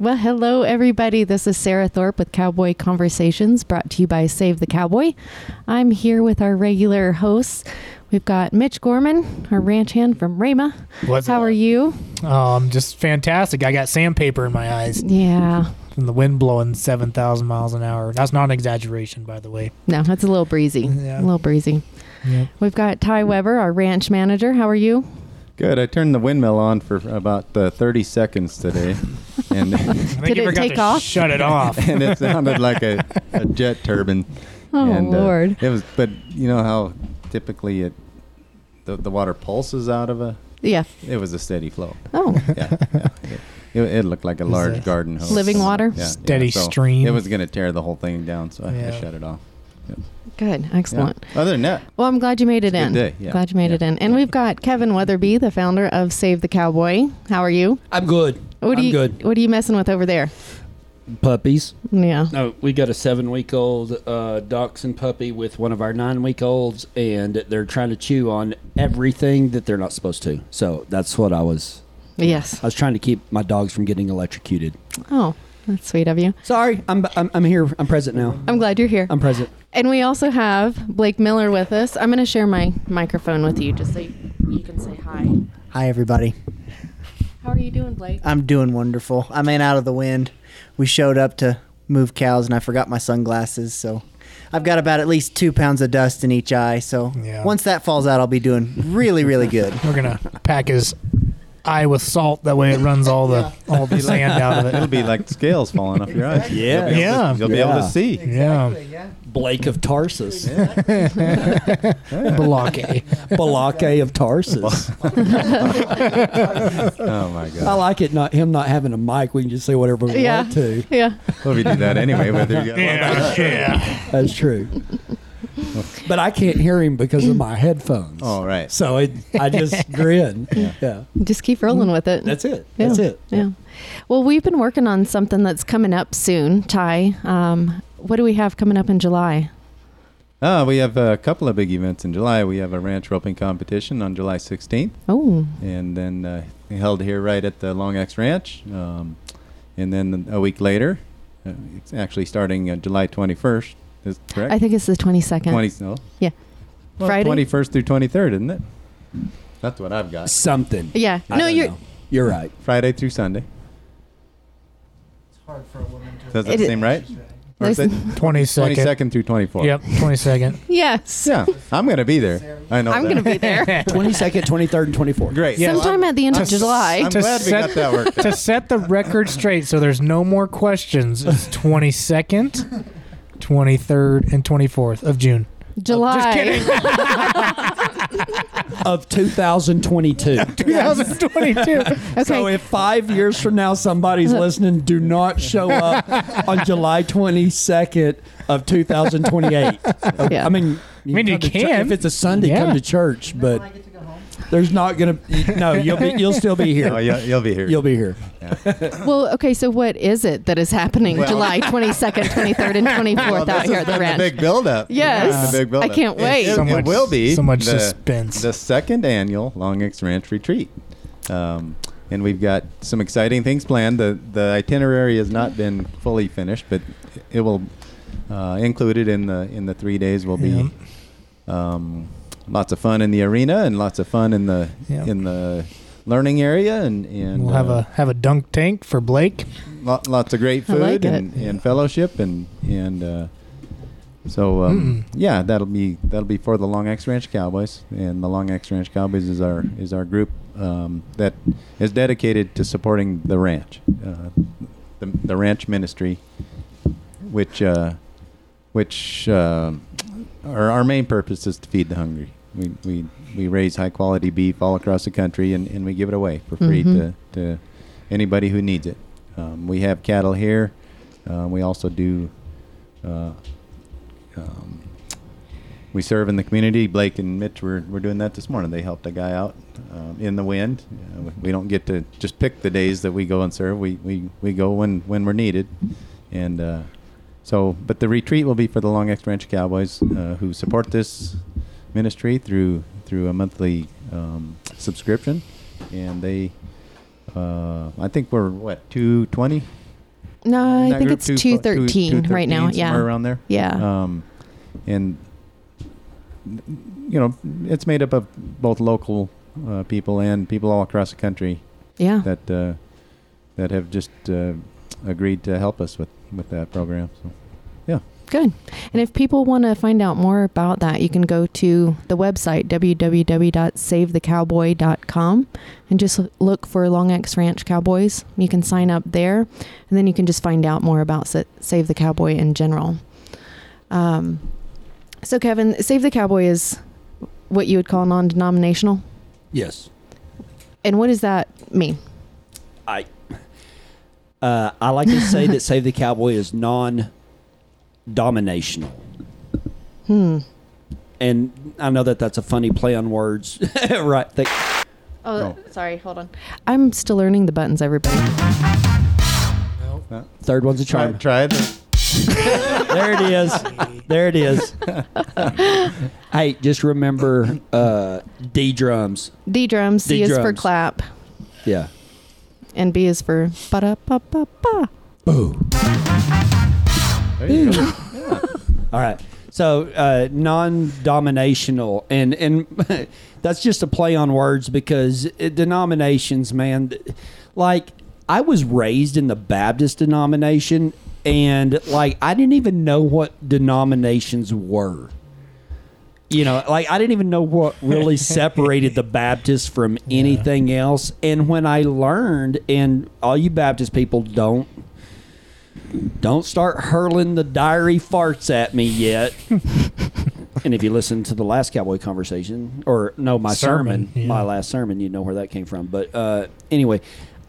Well, hello, everybody. This is Sarah Thorpe with Cowboy Conversations, brought to you by Save the Cowboy. I'm here with our regular hosts. We've got Mitch Gorman, our ranch hand from Rama. What's How up? are you? Um, just fantastic. I got sandpaper in my eyes Yeah. from the wind blowing 7,000 miles an hour. That's not an exaggeration, by the way. No, that's a little breezy. Yeah. A little breezy. Yeah. We've got Ty Weber, our ranch manager. How are you? Good. I turned the windmill on for about uh, 30 seconds today, and I think Did you it forgot take to off? Shut it off. and it sounded like a, a jet turbine. Oh, and, uh, Lord. it was, but you know how typically it the, the water pulses out of a. Yeah. It was a steady flow. Oh, Yeah, yeah. It, it looked like a was large a garden hose. living water? Steady stream. It was going to tear the whole thing down, so I- I, Yeah. shut it off. Yeah. good. Excellent. Yeah. Other than that, Well, I'm glad you made it a good in. day, yeah. Glad you made Yeah. it in. And we've got Kevin Weatherby, the founder of Save the Cowboy. How are you? I'm good. What I'm are you good. What are you messing with over there? Puppies. Yeah. No, we got a seven week old uh, dachshund puppy with one of our nine week olds, and they're trying to chew on everything that they're not supposed to. So that's what I was. Yes. I was trying to keep my dogs from getting electrocuted. Oh, that's sweet of you. Sorry, I'm I'm, I'm here. I'm present now. I'm glad you're here. I'm present. and we also have Blake Miller with us. I'm going to share my microphone with you just so you, you can say hi. Hi, everybody. How are you doing, Blake? I'm doing wonderful. I'm in out of the wind. We showed up to move cows, and I forgot my sunglasses, so I've got about at least two pounds of dust in each eye. So Yeah. once that falls out, I'll be doing really, really good. We're going to pack his eye with salt. That way it runs all the, all the sand out of it'll it. be like scales falling off your eyes. You'll Yeah. be able Yeah. to- You'll be able to Yeah. see. Yeah. Blake of Tarsus, Blocky. Balake of Tarsus. Oh my God. I like it. Not him not having a mic. We can just say whatever we yeah. want to. Yeah. Well, we do that anyway, whether you got Yeah. yeah. That's true. but I can't hear him because of my headphones. Oh, right. So it, I just grin. Yeah. Just keep rolling with it. That's it. Yeah. That's it. Yeah. Well, we've been working on something that's coming up soon, Ty. Um, what do we have coming up in July? Ah, we have a couple of big events in July. We have a ranch roping competition on July 16th, Oh, and then uh, held here right at the Long X Ranch. Um, and then a week later, uh, it's actually starting uh, July 21st. Is correct? I think it's the 22nd. 20, no. Yeah. Well, Friday? 21st through 23rd, isn't it? That's what I've got. Something. Yeah. I no, don't you're. know. You're right. Friday through Sunday. Does that It- seem right? Or is it Listen- 22nd. 22nd through 24th. Yep. 22nd. Yes. Yeah, I'm going to be there. I know I'm that. going to be there. 22nd, 23rd, and 24th. Great. Yeah. Sometime at the end of To s- July. I'm To glad we set- got that worked out. to set the record straight so there's no more questions it's 22nd 23rd and 24th of june July. just kidding Of 2022. 2022 Okay. So if five years from now somebody's listening, do not show up on July 22nd of 2028. Yeah. I mean, I mean, you come to chu- can. if it's a Sunday, Yeah. come to church. But there's not gonna. No, you'll be. You'll still be here. Oh, you'll, you'll be here. You'll be here. Well, okay, so what is it that is happening Well- July 22nd, 23rd, and 24th Well, out this here has at the been ranch? the big buildup. Yes. This is the big buildup. I can't wait. It, it- So it much- will be so much the- suspense. The second annual Long X Ranch Retreat, um, and we've got some exciting things planned. The the itinerary has not been fully finished, but it will uh, included in the in the three days will be. Um, lots of fun in the arena and lots of fun in the Yeah. in the learning area and, and we'll have uh, a have a dunk tank for blake Lo- lots of great I food like and, and fellowship and and uh, so um, yeah that'll be that'll be for the Long X Ranch Cowboys and the Long X Ranch Cowboys is our is our group um, that is dedicated to supporting the ranch uh, the, the ranch ministry which uh, which uh, our, our main purpose is to feed the hungry we, we, we raise high quality beef all across the country and, and we give it away for free Mhm. to, to anybody who needs it. Um, we have cattle here. Uh, we also do. Uh, um, we serve in the community. Blake and Mitch were, were doing that this morning. They helped a guy out um, in the wind. Uh, we- we don't get to just pick the days that we go and serve. We we, we go when, when we're needed, and uh, so. But the retreat will be for the Long X Ranch Cowboys uh, who support this ministry through through a monthly um, subscription and they, uh, I think we're what two twenty. No, Uh, I think it's two thirteen right now. somewhere Yeah, Uh. around there. yeah, Um, and you know, it's made up of both local uh, people and people all across the country yeah. that uh, that have just uh, agreed to help us with with that program. So. Good. And if people want to find out more about that, you can go to the website www.savethecowboy.com and just look for Long X Ranch Cowboys. You can sign up there, and then you can just find out more about Sa- Save the Cowboy in general. Um, so, Kevin, Save the Cowboy is what you would call non-denominational, Yes. and what does that mean? I uh, I like to say that Save the Cowboy is non dominational. Hmm. And I know that that's a funny play on words, right? That, Oh, Oh. sorry. Hold on. I'm still learning the buttons, everybody. Nope. third one's a Try, charm. try it. there it is. There it is. hey, just remember uh, D drums. D drums. C D is for drums. clap, Yeah. and B is for ba da ba ba ba. There you go. All right. So uh, non-dominational, and and that's just a play on words because it, denominations, man. th- Like I was raised in the Baptist denomination, and like I didn't even know what denominations were. You know, like I didn't even know what really separated the Baptists from anything else. And when I learned, and all you Baptist people don't don't start hurling the diary farts at me yet. and if you listen to the last cowboy conversation, or no, my sermon, Sermon, yeah. my last sermon, you know where that came from. But uh, anyway,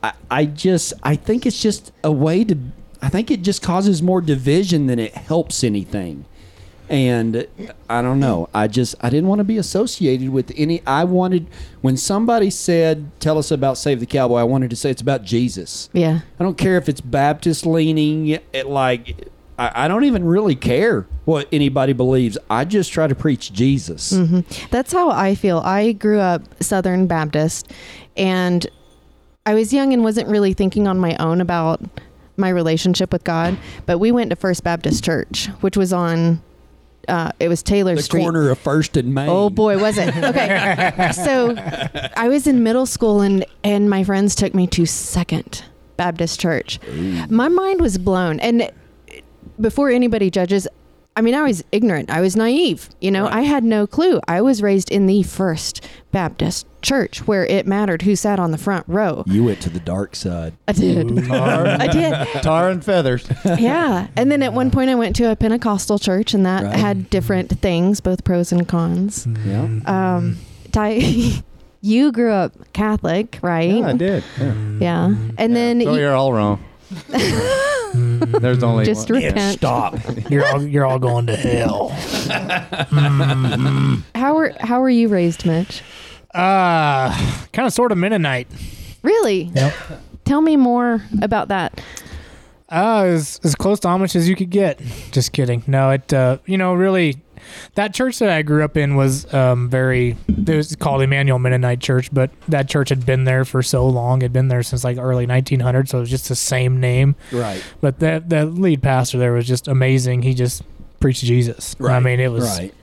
I, I just I think it's just a way to. I think it just causes more division than it helps anything. And I don't know. I just I didn't want to be associated with any. I wanted when somebody said, "Tell us about Save the Cowboy." I wanted to say it's about Jesus. Yeah. I don't care if it's Baptist leaning. It like I, I don't even really care what anybody believes. I just try to preach Jesus. Mm-hmm. That's how I feel. I grew up Southern Baptist and I was young and wasn't really thinking on my own about my relationship with God, but we went to First Baptist Church, which was on uh, it was Taylor The Street. corner of First and Main. Oh boy, was it? Okay. so I was in middle school and and my friends took me to Second Baptist Church. My mind was blown and before anybody judges I mean, I was ignorant. I was naive. You know, I had no clue. I was raised in the First Baptist Church where it mattered who sat on the front row. You went to the dark side. I did. I Tar, did. tar and feathers. Yeah. And then at one point, I went to a Pentecostal church, and that Right. had different things, both pros and cons. Mm. Yeah. Um, Ty, you grew up Catholic, right? Yeah, I did. Yeah. Yeah. Mm-hmm. And then So you you're all wrong. Mm. There's only just one. repent. Stop. You're all you're all going to hell. Mm-hmm. How were how were you raised, Mitch? Uh kind of sort of Mennonite. Really? Yep. Tell me more about that. Uh, as as close to Amish as you could get. Just kidding. No, it uh, you know really, that church that I grew up in was um very. It was called Emmanuel Mennonite Church, but that church had been there for so long. Had been there since like early 1900, so it was just the same name. Right. But that that lead pastor there was just amazing. He just preached Jesus. I mean, it was right.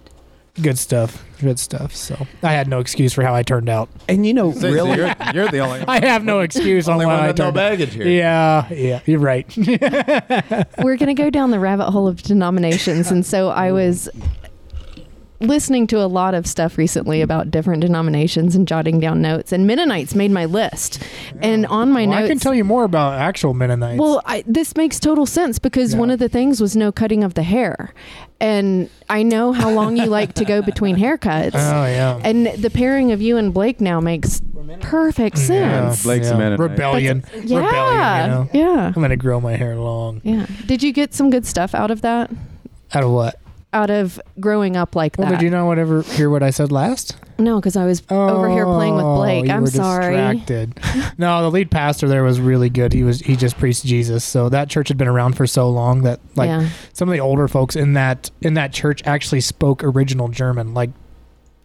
good stuff. Good stuff. So I had no excuse for how I turned out. And you know, So- so really, You're, you're the only. I have no excuse on only why one I with no turned out. baggage here. Yeah, yeah, you're right. We're gonna go down the rabbit hole of denominations, and so I was listening to a lot of stuff recently about different denominations and jotting down notes. And Mennonites made my list, and on my Well, notes, I can tell you more about actual Mennonites. Well, I, this makes total sense because one Yeah. of the things was no cutting of the hair. And I know how long you like to go between haircuts. oh yeah. and the pairing of you and Blake now makes perfect Mm. Yeah, sense. Blake's a Mennonite. Rebellion. Yeah. Rebellion, you know? Yeah. I'm gonna grow my hair long. Yeah. Did you get some good stuff out of that? Out of what? Out of growing up like Well, that? did you not ever hear what I said last? no, because I was over here playing with Oh, Blake. you I'm were sorry. Distracted. no, the lead pastor there was really good. He was he just preached Jesus. So that church had been around for so long that like yeah. some of the older folks in that in that church actually spoke original German. Like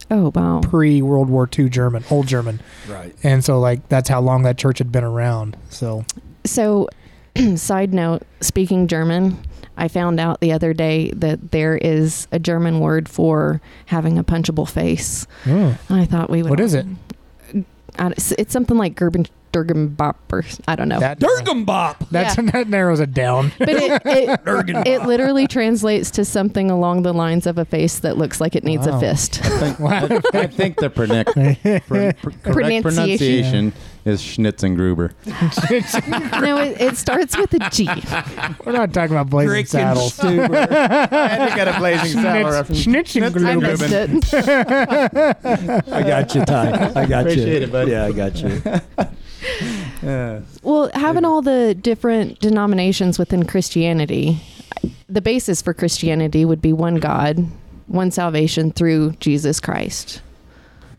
Oh wow. pre World War II German, old German, Right. and so like that's how long that church had been around. So So, side note, speaking German, I found out the other day that there is a German word for having a punchable face. Hmm. I thought we would. What is it? I- It's, it's something like Gerben Durgenbop or s- I don't know. that Durgambop. that's that narrows it down. but it, it, it literally translates to something along the lines of a face that looks like it needs Wow. a fist. I think, I, I think the pronoc- pr- pr- correct Pronunciation. pronunciation is Schnitzengruber. no, it, it starts with a G. We're not talking about blazing saddles. Stuber. and you got a blazing Schnitz- I Schnitzengruben. missed it. I got you, Ty. I got you. Appreciate it, buddy. Yeah, I got you. Well, having all the different denominations within Christianity, the basis for Christianity would be one God, one salvation through Jesus Christ,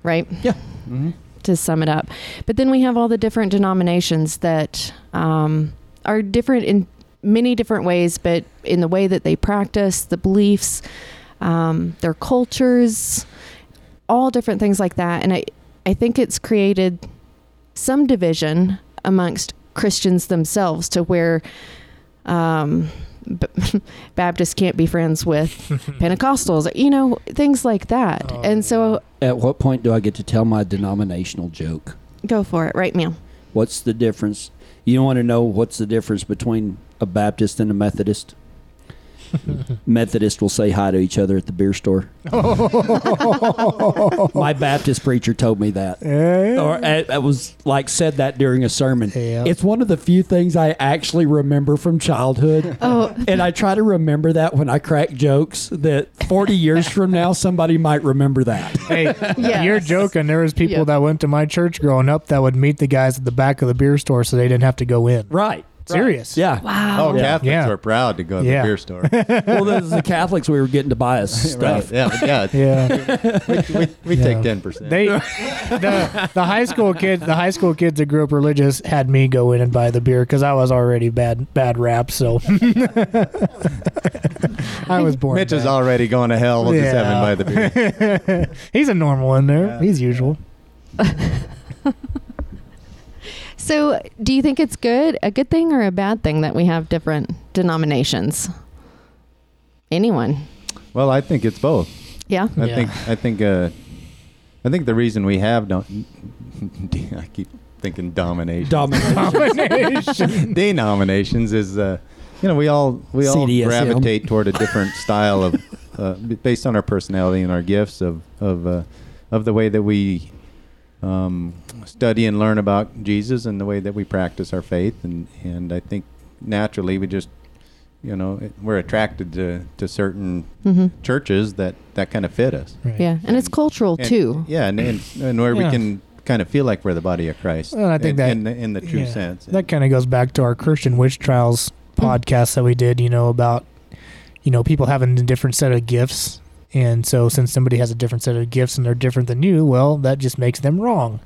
right? Yeah. Mm-hmm. To sum it up. But then we have all the different denominations that um, are different in many different ways, but in the way that they practice, the beliefs, um, their cultures, all different things like that. And I, I think it's created some division amongst Christians themselves to where um, B- Baptists can't be friends with Pentecostals, you know, things like that. Oh, and so At what point do I get to tell my denominational joke? go for it right now. What's the difference? You want to know what's the difference between a Baptist and a Methodist? Methodist will say hi to each other at the beer store. My Baptist preacher told me that. Yeah. Or uh, I, I was like said that during a sermon. Yeah. It's one of the few things I actually remember from childhood. Oh, and I try to remember that when I crack jokes that 40 years from now somebody might remember that. Hey, Yes. you're joking. There was people Yeah. that went to my church growing up that would meet the guys at the back of the beer store so they didn't have to go in. Right. Serious. Yeah. Oh, Catholics Yeah. are proud to go to Yeah. the beer store. Right, Well, those are the Catholics we were getting to buy us stuff. Yeah, yeah. Yeah. We, we Yeah. take ten percent. They the, the high school kids the high school kids that grew up religious had me go in and buy the beer cuz I was already bad bad rap so I was born Mitch is bad. already going to hell. We'll just have him Yeah. by the beer. He's a normal in there. Yeah. He's usual. so do you think it's good, a good thing or a bad thing that we have different denominations? Anyone? well, I think it's both. Yeah. I Yeah. think I think uh, I think the reason we have don't I keep thinking domination Domination. denominations is uh, you know we all we all CDSM. gravitate toward a different style of uh, b- based on our personality and our gifts of of uh, of the way that we um, study and learn about Jesus and the way that we practice our faith and and I think naturally we just you know it- we're attracted to to certain hmm churches that that kind of fit us Right. Yeah. And it's cultural and, too. Yeah, and and, and where Yeah. we can kind of feel like we're the body of Christ. Well, I think in, that- in the, in the true yeah. sense. That kind of goes back to our Christian witch trials Hmm. podcast that we did, you know, about you know, people having a different set of gifts. And so since somebody has a different set of gifts and they're different than you, well, that just makes them wrong.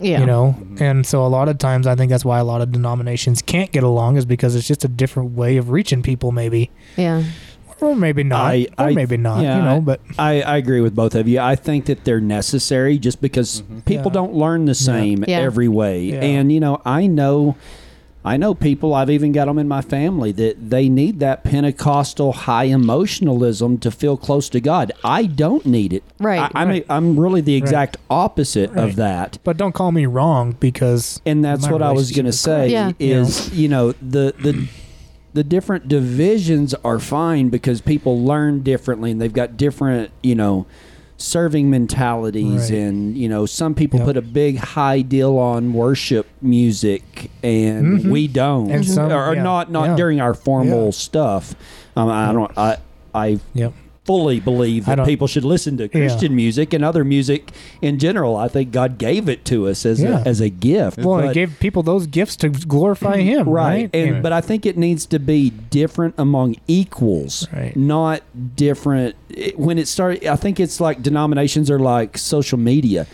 Yeah. You know? Mhm. And so a lot of times I think that's why a lot of denominations can't get along is because it's just a different way of reaching people maybe. yeah. Or maybe not. I- or I- maybe not. yeah, you know, I- but I, I agree with both of you. I think that they're necessary just because people Mm-hmm. Yeah. don't learn the same Yeah. every way. Yeah. And you know, I know I know people I've even got them in my family that they need that Pentecostal high emotionalism to feel close to God. I don't need it. Right. I, I'm a, I'm really the exact opposite Right. of that. but don't call me wrong because and that's My what I was relationship going to with say Christ. Yeah. is you know the the the different divisions are fine because people learn differently and they've got different you know serving mentalities Right. and you know some people Yep. put a big high deal on worship music and Mhm. we don't And some- or, or yeah, not not yeah. during our formal Yeah. stuff um, I don't I I Yep. fully believe I that don't- people should listen to Christian music and other music in general. I think God gave it to us as Yeah. a, as a gift. Well, but- it gave people those gifts to glorify him, right? Mm-hmm. right, and but I think it needs to be different among equals, Right. not different. it- when it started, I think it's like denominations are like social media.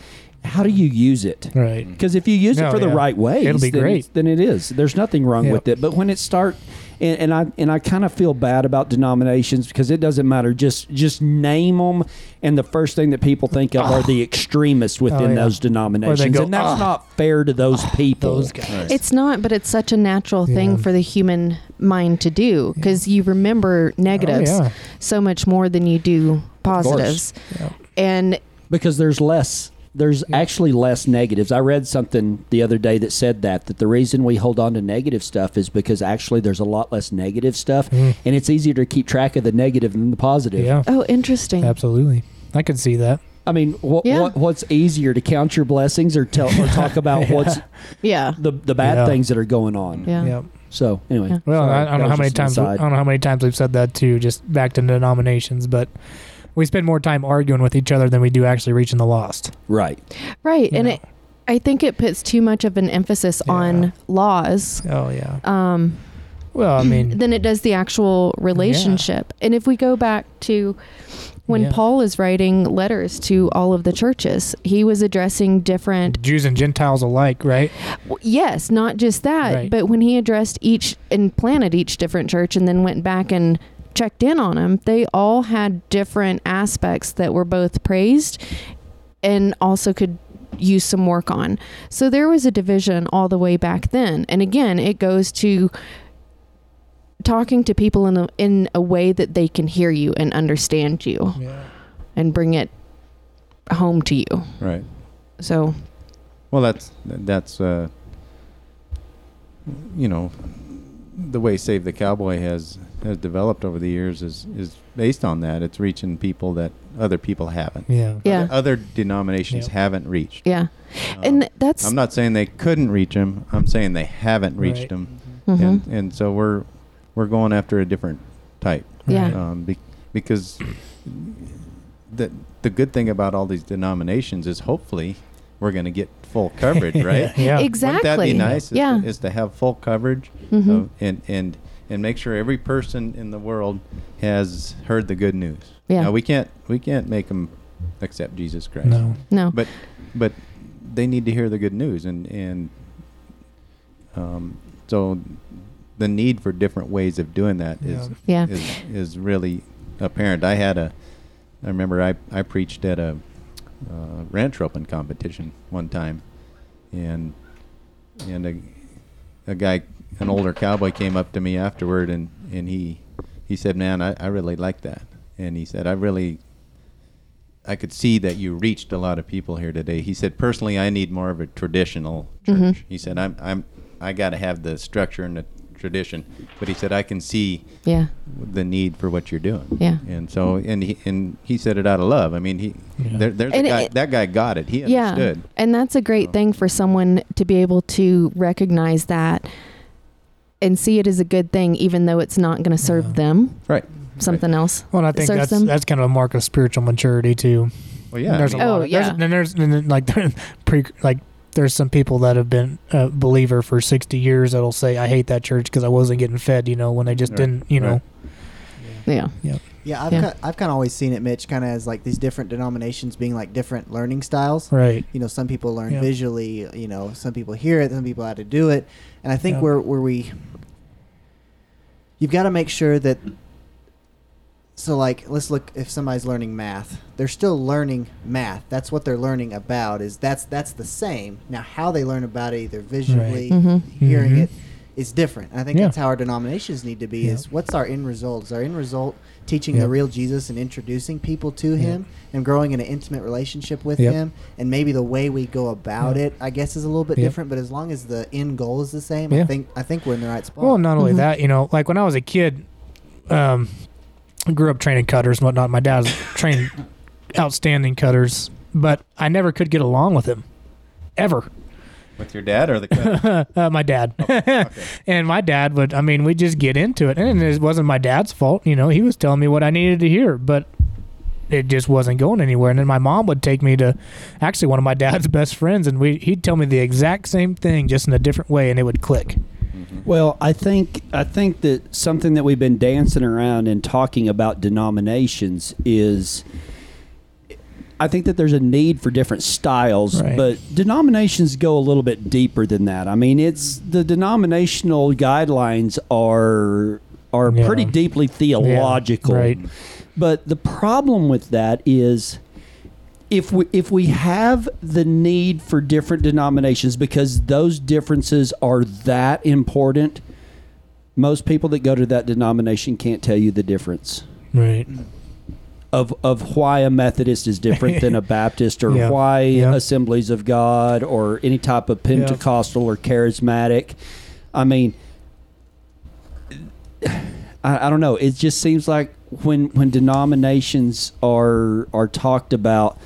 how do you use it? Right. Because if you use No, it for the yeah. right way, It'll be then, great. Then it is. There's nothing wrong Yeah. with it. But when it start, and, and I and I kind of feel bad about denominations because it doesn't matter. Just just name them, and the first thing that people think of are the extremists within Ah. Oh, yeah. those denominations, go, and that's "Ah, not fair to those people. Those guys. It's not, but it's such a natural Yeah. thing for the human mind to do because you remember negatives Oh, yeah. so much more than you do course. positives. Yeah. And because there's less there's actually less negatives. I read something the other day that said that that the reason we hold on to negative stuff is because actually there's a lot less negative stuff Mm-hmm. and it's easier to keep track of the negative than the positive. Yeah. oh, interesting. Absolutely. I could see that. I mean, wh- Yeah. what what's easier to count your blessings or tell or talk about what's Yeah. the the bad Yeah. things that are going on. Yeah. Yep. So, anyway. Yeah. Well, Sorry, I, I don't that know how was many just an times I aside. don't know how many times we've said that too. Just back to denominations, but we spend more time arguing with each other than we do actually reaching the lost. Right. Right. And Yeah. it, I think it puts too much of an emphasis Yeah. on laws. Oh yeah. Um, Well, I mean, than it does the actual relationship. And if we go back to when Yeah. Paul is writing letters to all of the churches, he was addressing different, Jews and Gentiles alike, right? w- yes, not just that, Right. but when he addressed each and planted each different church and then went back and checked in on them, they all had different aspects that were both praised and also could use some work on. So there was a division all the way back then. And again, it goes to talking to people in a, in a way that they can hear you and understand you Yeah. and bring it home to you. Right. So, Well, that's that's uh, you know the way Save the Cowboy has has developed over the years is is based on that. It's reaching people that other people haven't. Yeah. yeah. Other denominations Yep. haven't reached. Yeah. Um, And that's I'm not saying they couldn't reach them. I'm saying they haven't reached Right. them, mhm. and and so we're we're going after a different type. Yeah. um, be- because the the good thing about all these denominations is hopefully we're going to get full coverage, right? Yeah. exactly. Wouldn't that be nice? Is Yeah. to, is to have full coverage Mhm. of- and and and make sure every person in the world has heard the good news. Yeah. Now we can't we can't make them accept Jesus Christ. No. no. But but they need to hear the good news and and um, so the need for different ways of doing that is yeah. is, is really apparent. I had a, I remember I, I preached at a uh, ranch roping competition one time, and and a, a guy, an older cowboy, came up to me afterward, and, and he he said, "Man, I, I really like that," and he said, "I really." I could see that you reached a lot of people here today. He said, personally, I need more of a traditional church. Mm-hmm. He said, I'm, I'm, I got to have the structure and the tradition. But he said, I can see Yeah. the need for what you're doing. Yeah. And so, and he and he said it out of love. I mean, he Yeah. there, there's a And guy, it- that guy got it. He understood. And that's a great thing for someone to be able to recognize that and see it as a good thing, even though it's not going to serve Yeah. them, Right. something else. Well, and I think serves that's them. that's kind of a mark of spiritual maturity too. Well, yeah. I There's mean, a Oh, lot. Of, there's- yeah. and there's and then, like pre like there's some people that have been a believer for 60 years that'll say I hate that church because I wasn't getting fed, you know, when they just Right. didn't, you know. Right. Yeah. Yeah, I've Yeah. ki- I've kind of always seen it, Mitch, kind of as like these different denominations being like different learning styles. Right. You know, some people learn Yeah. visually. You know, some people hear it. Some people how to do it. And I think Yeah. where where we, you've got to make sure that. So like, let's look. If somebody's learning math, they're still learning math. That's what they're learning about. Is that's that's the same. Now, how they learn about it, either visually, Mhm. hearing Mhm. it, is different. And I think Yeah. that's how our denominations need to be. Yeah. Is what's our end result? Is our end result teaching Yeah. the real Jesus and introducing people to Yeah. Him and growing in an intimate relationship with Yep. Him? And maybe the way we go about Yeah. it, I guess, is a little bit Yep. different. But as long as the end goal is the same, Yeah. I think I think we're in the right spot. Well, not only Mhm. that, you know, like when I was a kid, um, I grew up training cutters and whatnot. My dad trained outstanding cutters, but I never could get along with him, ever. with your dad or the uh, my dad. and my dad would, I mean, we'd just get into it. And it wasn't my dad's fault. You know, he was telling me what I needed to hear, but it just wasn't going anywhere. And then my mom would take me to actually one of my dad's best friends, and we, he'd tell me the exact same thing, just in a different way, and it would click. Well, I think I think that something that we've been dancing around and talking about denominations is I think that there's a need for different styles, Right. but denominations go a little bit deeper than that. I mean, it's the denominational guidelines are are Yeah. pretty deeply theological. right. But the problem with that is if we if we have the need for different denominations because those differences are that important, most people that go to that denomination can't tell you the difference Right. of of why a Methodist is different than a Baptist, or Yeah. why Yeah. Assemblies of God, or any type of Pentecostal or charismatic. I mean, I, I don't know. It just seems like when when denominations are are talked about,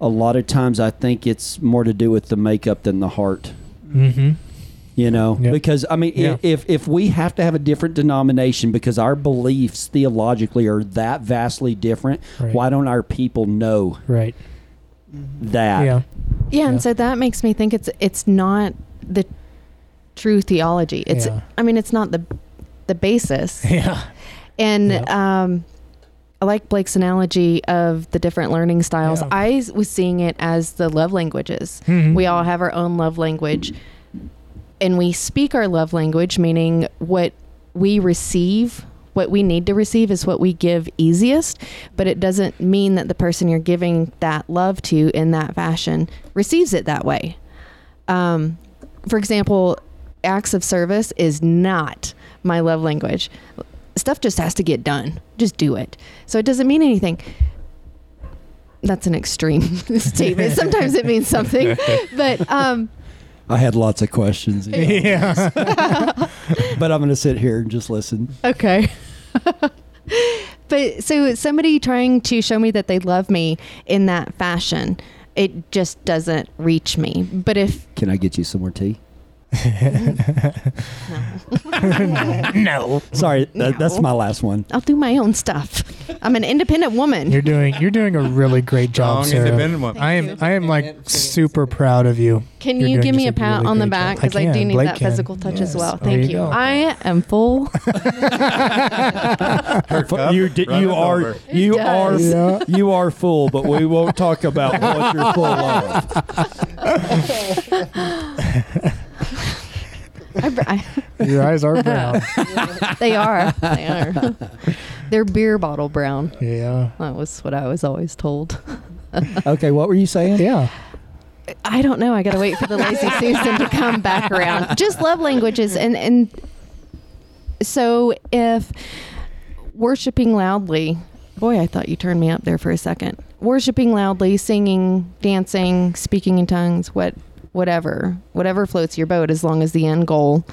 a lot of times I think it's more to do with the makeup than the heart Mm-hmm. you know Yeah. because i mean i- Yeah. if if we have to have a different denomination because our beliefs theologically are that vastly different Right. why don't our people know Right. Mm-hmm. that Yeah. Yeah, Yeah. and so that makes me think it's it's not the true theology. It's Yeah. I mean it's not the the basis. Yeah. And Yeah. um I like Blake's analogy of the different learning styles. Yeah. I s- was seeing it as the love languages. Mhm. We all have our own love language and we speak our love language meaning what we receive what we need to receive is what we give easiest, but it doesn't mean that the person you're giving that love to in that fashion receives it that way. Um, for example, acts of service is not my love language. Stuff just has to get done. Just do it. So it doesn't mean anything. That's an extreme statement. Sometimes it means something, but um, i had lots of questions you know, Yeah. but i'm gonna sit here and just listen Okay. but so somebody trying to show me that they love me in that fashion, it just doesn't reach me. But if can i get you some more tea no. sorry that, that's No. my last one I'll do my own stuff, I'm an independent woman. You're doing you're doing a really great job, Strong, Sarah. independent woman. I am Thank I am And- like and- super proud of you. Can You're you doing give me just a a pat really on the great back job. because I I, do can. need Blake that can. Oh, physical touch Yes. as well. There Thank you you. go. I am full. you d- runneth you are over. you It are does. Yeah. you are full but we won't talk about what you're full of I, br- I, Your eyes are brown. they are. They are. They're beer bottle brown. yeah. That was what I was always told. okay what were you saying Yeah. I don't know. I gotta wait for the lazy Susan to come back around. Just love languages, and and so if worshiping loudly, boy, I thought you turned me up there for a second. Worshiping loudly, singing, dancing, speaking in tongues, what whatever, whatever floats your boat, as long as the end goal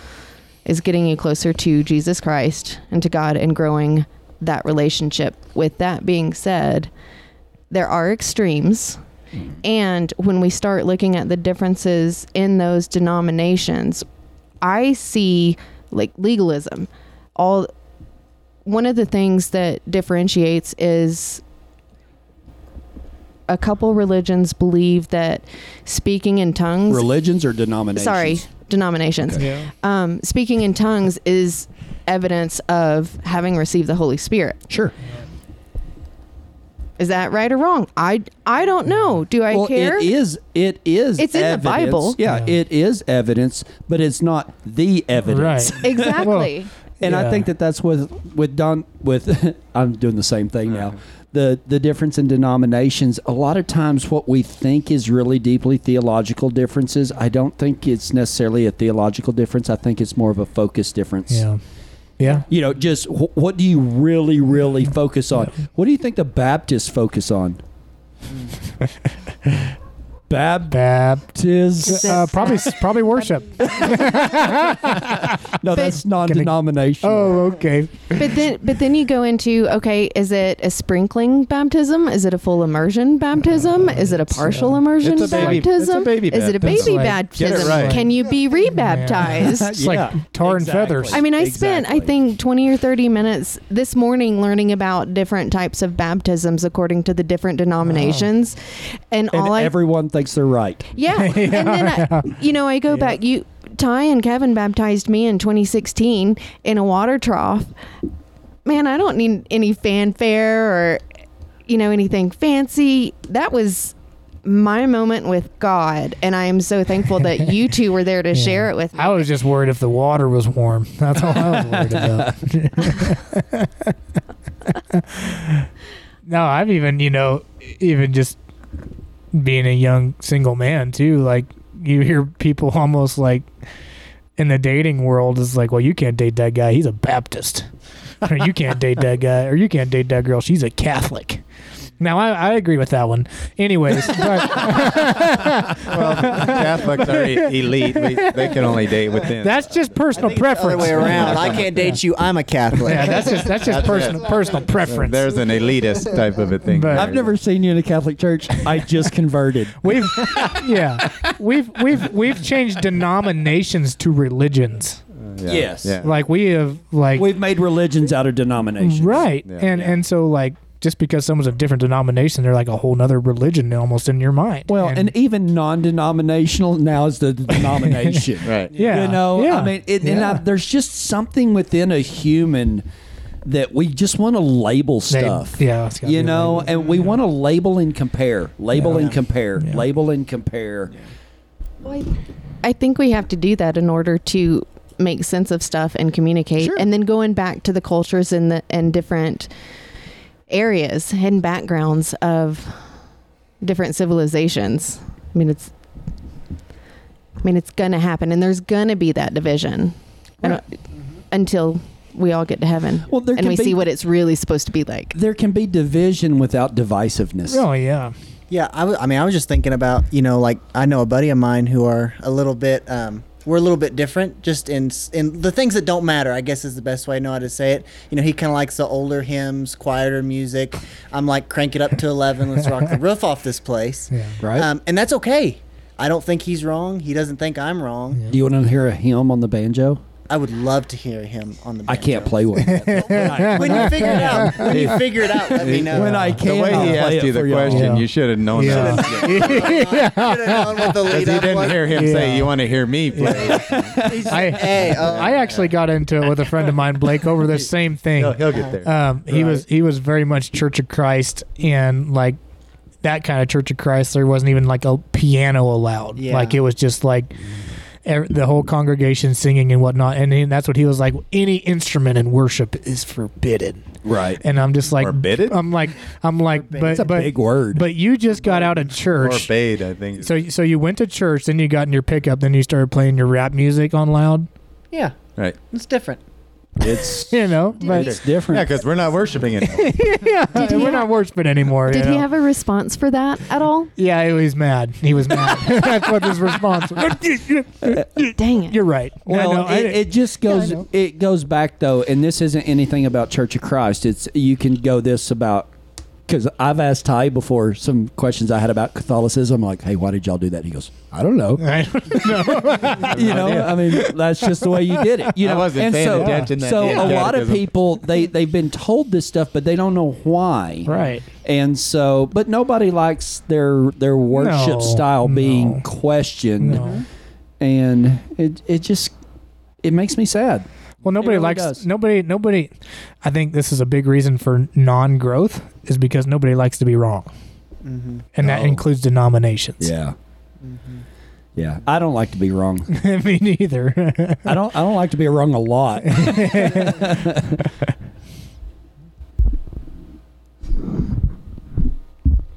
is getting you closer to Jesus Christ and to God and growing that relationship. With that being said, there are extremes. And when we start looking at the differences in those denominations, I see like legalism. All one of the things that differentiates is a couple religions believe that speaking in tongues religions or denominations sorry, denominations Yeah. um, speaking in tongues is evidence of having received the Holy Spirit. sure Is that right or wrong? I I don't know. Do I well, care? It is. It is. It's in the evidence. Bible. Yeah, Yeah. it is evidence, but it's not the evidence. Right. Exactly. And I Yeah. think that that's with with Don with I'm doing the same thing now. The the difference in denominations. A lot of times, what we think is really deeply theological differences. I don't think it's necessarily a theological difference. I think it's more of a focus difference. Yeah. Yeah. You know, just wh- what do you really, really focus on? What do you think the Baptists focus on? Bab- Baptist. Uh, Baptist. probably probably worship. No, that's non-denominational. Oh, okay. But then but then you go into okay, is it a sprinkling baptism? Is it a full immersion baptism? is it a partial immersion Uh, it's a baby- it's a baptism? baby is it a baptism. baby Like, get it baptism? right. Can you be rebaptized? Oh, It's like tar and feathers. I mean, I spent, I Exactly. think, 20 or 30 minutes this morning learning about different types of baptisms according to the different denominations. And, and all I. everyone thinks they're right. yeah. And then, I, you know, I go back. You, Ty and Kevin baptized me in 2016 in a water trough. Man, I don't need any fanfare or. you know, anything fancy. That was my moment with God, and I am so thankful that you two were there to Yeah. share it with me. I was just worried if the water was warm. That's all I was worried about. no, I've even, you know, even just being a young single man too, like you hear people almost like in the dating world is like, well, you can't date that guy. He's a Baptist. or you can't date that guy. Or you can't date that girl. She's a Catholic. Now, I, I agree with that one. Anyways, but- Well, Catholics are e- elite. We, they can only date within. that's just I personal think it's the preference. other way around. I can't date you. I'm a Catholic. Yeah, that's just that's just That's personal it. personal preference. There's an elitist type of a thing. But- there. I've never seen you in a Catholic church. I just converted. we've yeah we've we've we've changed denominations to religions. Yeah, Yes. Yeah. Like we have like We've made religions out of denominations. right Yeah. and and so like just because someone's a different denomination, they're like a whole nother religion almost in your mind. Well, and, even non-denominational now is the denomination. Right. yeah, You know, yeah, I mean, it, and I, yeah. there's just something within a human that we just want to label They- stuff. yeah, it's gotta you be know, labeled. and we want to label and compare, label and compare, Yeah. label and compare. Well, I I think we have to do that in order to make sense of stuff and communicate. Sure. And then going back to the cultures and the and different areas and backgrounds of different civilizations. I mean, it's I mean, it's gonna happen, and there's gonna be that division I don't- until we all get to heaven Well, there and can we be- see what it's really supposed to be like. There can be division without divisiveness. really, Oh, yeah, Yeah, I, w- I mean, I was just thinking about, you know, like I know a buddy of mine who are a little bit, um, we're a little bit different, just in s- in the things that don't matter. I guess is the best way I know how to say it. You know, he kind of likes the older hymns, quieter music. I'm like, crank it up to eleven. Let's rock the roof off this place. yeah. Right? Um, and that's okay. I don't think he's wrong. He doesn't think I'm wrong. Do you want to hear a hymn on the banjo? I would love to hear him on the. I banjo. can't play one. When you figure it out, when you figure it out, let me know. When I The can, way I'll he play asked it you the for y'all. question, Yeah. you should have known Yeah. that. Should have known what the Because lead he up didn't was. hear him say, Yeah. "You want to hear me play?" He's I- like, hey, oh, I actually got into it with a friend of mine, Blake, over the same thing. He'll, he'll get there. Um, he was he was very much Church of Christ and like that kind of Church of Christ. There wasn't even like a piano allowed. Yeah. Like it was just like ev the whole congregation singing and whatnot. And, he, that's what he was like. Any instrument in worship is forbidden. Right. And I'm just like Forbidden? I'm like I'm like but That's a but big word. but you just got out of or church. fade, I think. So so you went to church, then you got in your pickup, then you started playing your rap music on loud. yeah, right. it's different. it's You know, but it's Yeah, different. because we're not worshiping it. yeah, Did he we're have- not worshiping anymore. you Did he know? have a response for that at all? Yeah, he was mad. He was mad. That's what his response was. Dang it! You're right. Well, I know, I it, didn't- it just goes. know. it goes back though, and this isn't anything about Church of Christ. It's you can go this about because I've asked Ty before some questions I had about Catholicism. like, hey, why did y'all do that? He goes, I don't know. I don't know. you know, I mean, that's just the way you did it. You I know, wasn't and paying so, attention that so day in a lot of catechism. people they they've been told this stuff, but they don't know why. Right. And so, but nobody likes their their worship No, style being no. questioned, No. and it it just it makes me sad. Well, nobody really likes does. nobody. Nobody. I think this is a big reason for non-growth is because nobody likes to be wrong, Mm-hmm. and that Oh. includes denominations. Yeah. Mm-hmm. Yeah, I don't like to be wrong. Me neither. I don't. I don't like to be wrong a lot.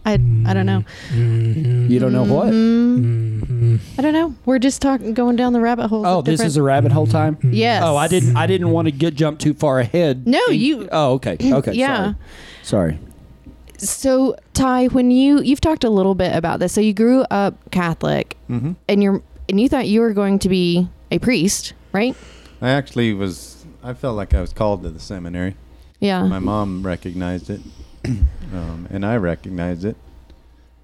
I I don't know. Mm-hmm. You don't know what? Mhm. I don't know. We're just talking, going down the rabbit hole. Oh, this is a rabbit hole time. yes. Oh, I didn't. I didn't want to get jump too far ahead. No, And- you- Oh, okay. Okay. Yeah. Sorry. sorry. So Ty, when you you've talked a little bit about this, so you grew up Catholic, Mm-hmm. and you're and you thought you were going to be a priest, right? I actually was. I felt like I was called to the seminary. Yeah. Uh-huh. My mom recognized it, um, and I recognized it.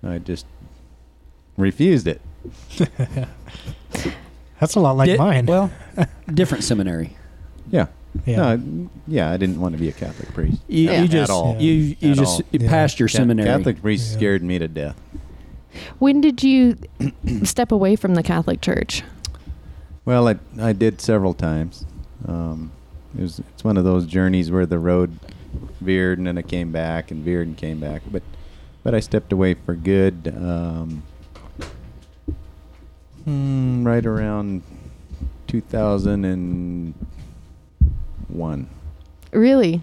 I just refused it. That's a lot like Di- mine. Well, different seminary. Yeah. yeah. No, I- yeah, I didn't want to be a Catholic priest. You, Yeah. you At just all. you you At just all. you Yeah. passed your Ca- seminary. Catholic priests Yeah. scared me to death. when did you step away from the Catholic Church? Well, I, I did several times. Um, it was, it's one of those journeys where the road veered and then I came back and veered and came back. But but I stepped away for good. Um, hmm, right around 2001. Really?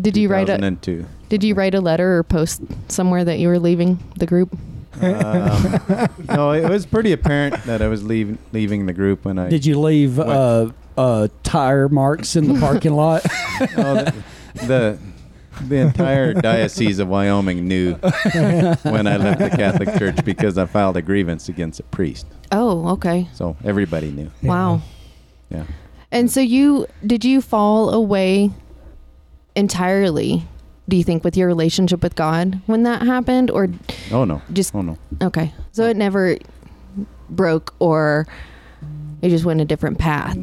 Did you write a 2002. Did you write a letter or post somewhere that you were leaving the group? um, no, it was pretty apparent that I was leaving leaving the group when I Did you leave What? uh, uh, tire marks in the parking lot? Oh, the, the the entire diocese of Wyoming knew when I left the Catholic Church because I filed a grievance against a priest. Oh, okay. So everybody knew. Wow. Yeah. And so you did you fall away entirely? Do you think with your relationship with God when that happened or Oh no. Just- oh no. okay. So it never broke or it just went a different path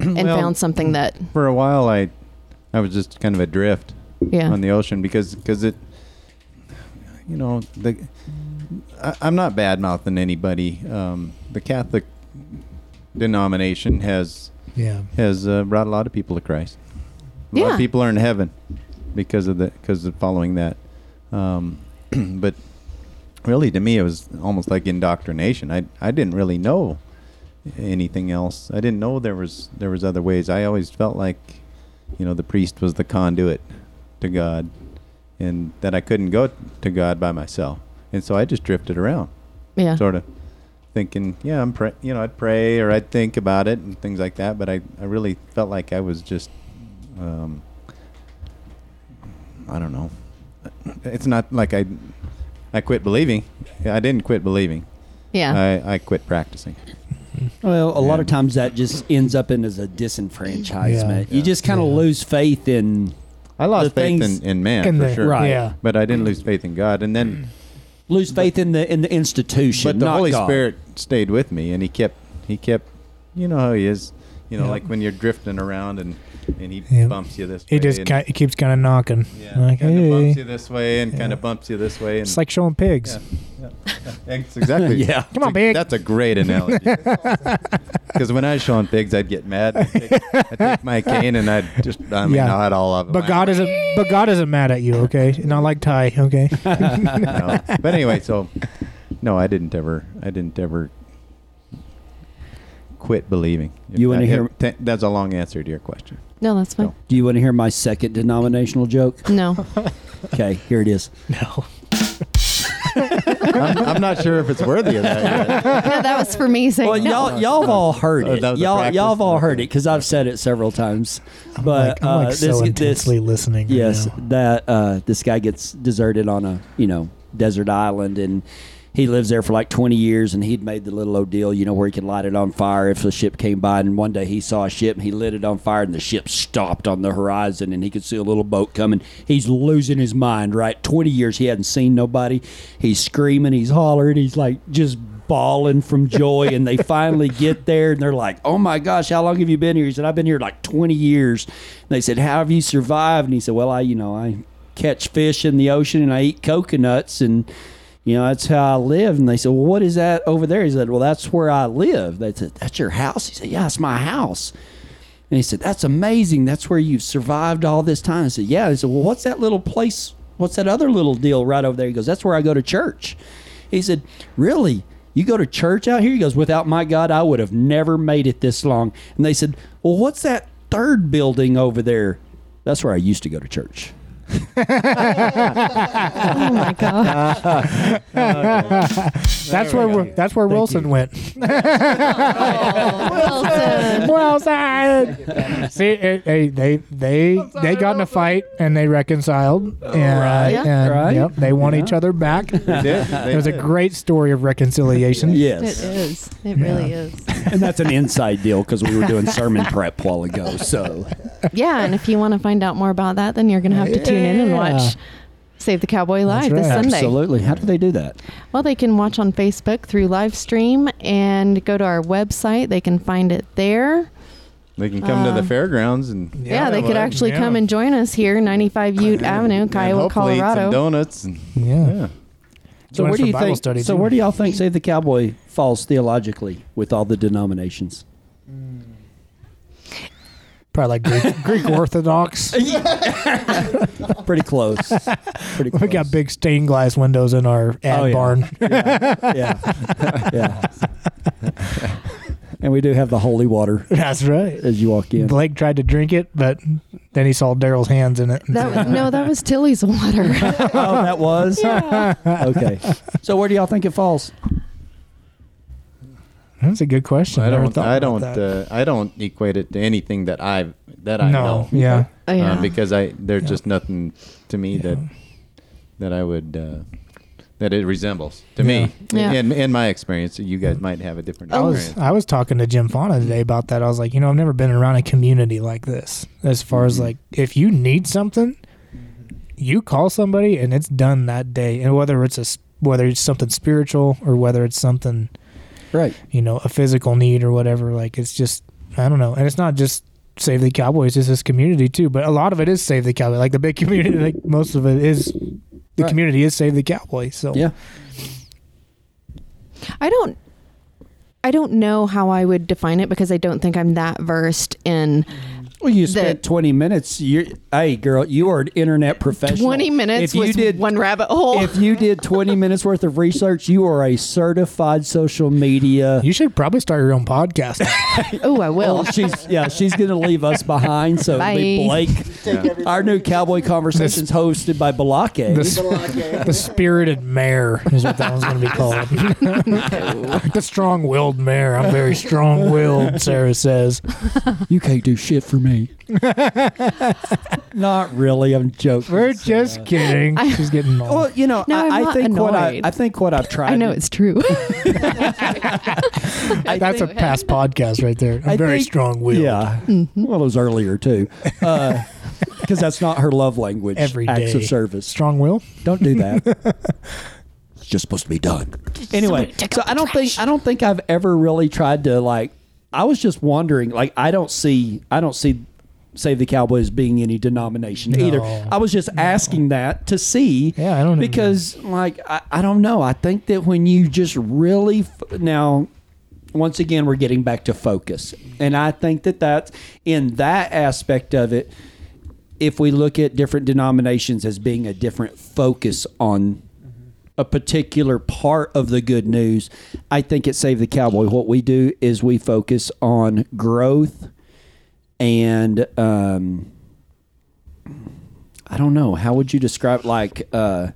and Well, found something that For a while, I I was just kind of adrift yeah. on the ocean because because it you know the I, I'm not bad mouthing anybody. Um, the Catholic denomination has Yeah. has uh, brought a lot of people to Christ. A lot Yeah. of people are in heaven because of the because of following that. Um, but really, to me, it was almost like indoctrination. I I didn't really know anything else. I didn't know there was there was other ways. I always felt like you know the priest was the conduit to God, and that I couldn't go to God by myself. And so I just drifted around Yeah. sort of thinking, yeah, I'm pray, you know, I'd pray or I'd think about it and things like that. But I, I really felt like I was just, um, I don't know. It's not like I, I quit believing. I didn't quit believing. Yeah. I, I quit practicing. Well, a lot of Yeah. times that just ends up in as a disenfranchisement. Yeah. You just kind of Yeah. lose faith in I lost The faith things- in, in man And for the- sure. Right. Yeah. But I didn't lose faith in God. And then, lose faith in the in the institution. but the not Holy God. Spirit stayed with me and he kept, he kept, you know how he is, you know, Yeah. like when you're drifting around and, and he Yeah. bumps you this He way. just and- ki he keeps kind of knocking. Yeah, Like, kind of bumps you hey. this way and kind Yeah. of bumps you this way. And It's like showing pigs. yeah, yeah, That's exactly. Yeah. Come on, That's a- pig. That's a great analogy. Because when I was showing pigs, I'd get mad. I take, I'd take my cane and I'd just, I mean, Yeah. not all of it. But God isn't. But God isn't mad at you, okay? Not like Ty, okay? No. But anyway, so no, I didn't ever. I didn't ever quit believing. You wanna I- hear- th- That's a long answer to your question. no, that's fine. Do you want to hear my second denominational joke? No. Okay, here it is. no. I'm, I'm not sure if it's worthy of that. yet. no, that was for me saying Well, no. y'all y'all have all heard Oh, it. that was a y'all practice? y'all have all heard Okay. it because I've said it several times. But like, I'm like uh, so this this intensely listening. right Yes, now. that uh, this guy gets deserted on a you know desert island, and he lives there for like twenty years. And he'd made the little old deal, you know, where he could light it on fire if a ship came by. And one day he saw a ship, and he lit it on fire, and the ship stopped on the horizon, and he could see a little boat coming. He's losing his mind. Right, twenty years he hadn't seen nobody. He's screaming, he's hollering, he's like just bawling from joy and they finally get there and they're like oh my gosh how long have you been here he said i've been here like 20 years and they said how have you survived and he said well i you know i catch fish in the ocean and i eat coconuts and you know that's how i live and they said well what is that over there he said well that's where i live they said that's your house he said yeah it's my house and he said, That's amazing. That's where you've survived all this time. I said, Yeah. He said, Well, what's that little place? What's that other little deal right over there? He goes, That's where I go to church. He said, Really? You go to church out here? He goes, Without my God, I would have never made it this long. And they said, Well, what's that third building over there? That's where I used to go to church. Oh my god. That's where we that's where Wilson went. Wilson. Wilson. See, it, they they they they got in a fight and they reconciled, Oh, and, Yeah. and, Right. yep, they won each other back. They it did. They was a did. great story of reconciliation. It Yes. is. It really is. and that's an inside deal because we were doing sermon prep while ago. So, Yeah, and if you want to find out more about that, then you're going to have to tune in and watch Save the Cowboy Live this right. Sunday. absolutely. How do they do that? Well, they can watch on Facebook through live stream and go to our website. They can find it there. They can come to the fairgrounds and Yeah, they could well, actually Uh, yeah. come and join us here, 95 Ute Avenue, and Kiowa, hopefully eat some Colorado. donuts and Yeah. yeah. So Join where us do for you Bible think? study, so too. where do y'all think Save the Cowboy falls theologically with all the denominations? Probably like Greek, Greek Orthodox. Pretty close. Pretty close. We got big stained glass windows in our ad Oh, yeah. barn. yeah. yeah. and we do have the holy water That's right. as you walk in. Blake tried to drink it, but then he saw Daryl's hands in it. That, no, that was Tilly's water. oh, that was? yeah. Okay. So where do y'all think it falls? That's a good question. I Never don't. thought I about don't. that. Uh, I don't equate it to anything that I that I no. know. Yeah. Oh, yeah. um, because I there's Yeah. just nothing to me that Yeah. that I would uh, that it resembles to Yeah. Oh, me. Yeah. In, in my experience, you guys might have a different Oh. I was experience. I was talking to Jim Fauna today about that. I was like, you know, I've never been around a community like this. As far Mm-hmm. as like, if you need something, you call somebody and it's done that day. And whether it's a s- whether it's something spiritual or whether it's something Right. you know a physical need or whatever, like it's just I don't know. And it's not just save the cowboys; it's this community too. But a lot of it is save the cowboy. Like the big community, like most of it is the Right. community is save the cowboy. So Yeah. I don't I don't know how I would define it because I don't think I'm that versed in Well, you The- spent 20 minutes. You're, hey, girl, you are an internet professional. 20 minutes If you was did- one rabbit hole. If you did 20 minutes worth of research, you are a certified social media. you should probably start your own podcast. oh, I will. Well, she's yeah, she's gonna leave us behind. So it'll be Bye. Blake, our new Cowboy Conversations hosted by Balake. This- The spirited mare is what that one's going to be called. the strong-willed mare. I'm very strong-willed. Sarah says. you can't do shit for me. Not really. I'm joking. We're just kidding. She's getting well, old. you know, No, I'm I, I not think what I, annoyed. I think what I've tried. I know to- it's true. I That's a think- past podcast right there. I'm I very think- strong-willed. Yeah. Mm-hmm. Well, it was earlier too, because that's not her love language. Every acts day. of service. Strong will. Don't do that. it's just supposed to be done. Anyway, so I don't think I don't think I've ever really tried to like. I was just wondering. Like, I don't see I don't see Save the Cowboys being any denomination either. No. I was just asking that to see. Yeah, I don't even- because like I, I don't know. I think that when you just really f- now once again we're getting back to focus and i think that that's in that aspect of it if we look at different denominations as being a different focus on a particular part of the good news i think at save the cowboy what we do is we focus on growth and um, I don't know. How would you describe like uh,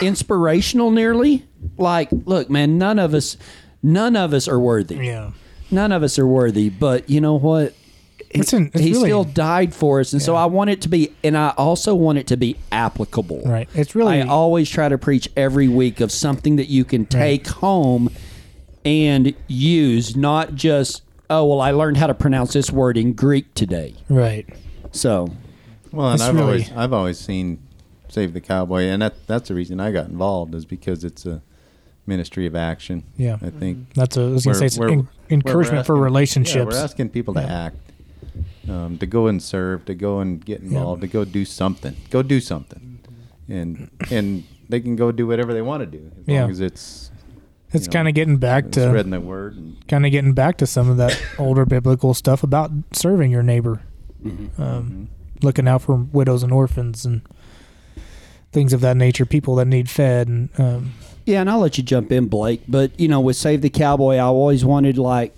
inspirational? Nearly like, look, man, none of us, none of us are worthy. Yeah. None of us are worthy. But you know what? He, It's an- it's he really- still died for us, and so I want it to be, and I also want it to be applicable. Right. It's really- I always try to preach every week of something that you can take home and use, not just. Oh well, I learned how to pronounce this word in Greek today. Right. So Well, and uh, It's I've really- always I've always seen Save the Cowboy, and that that's the reason I got involved is because it's a ministry of action. Yeah. I think Mm-hmm. That's a, I was going to say We're- it's we're- en- where we're encouragement for asking- Yeah, relationships. we're asking people to act, um, to go and serve, to go and get involved, to go do something. Go do something, and and they can go do whatever they want to do as Yeah. long as it's it's you know, kind of getting back spreading to the word. And, kind of getting back to some of that older biblical stuff about serving your neighbor, Mm-hmm. um, looking out for widows and orphans and things of that nature, people that need fed. And um, Yeah, and I'll let you jump in, Blake. But you know, with Save the Cowboy, I always wanted like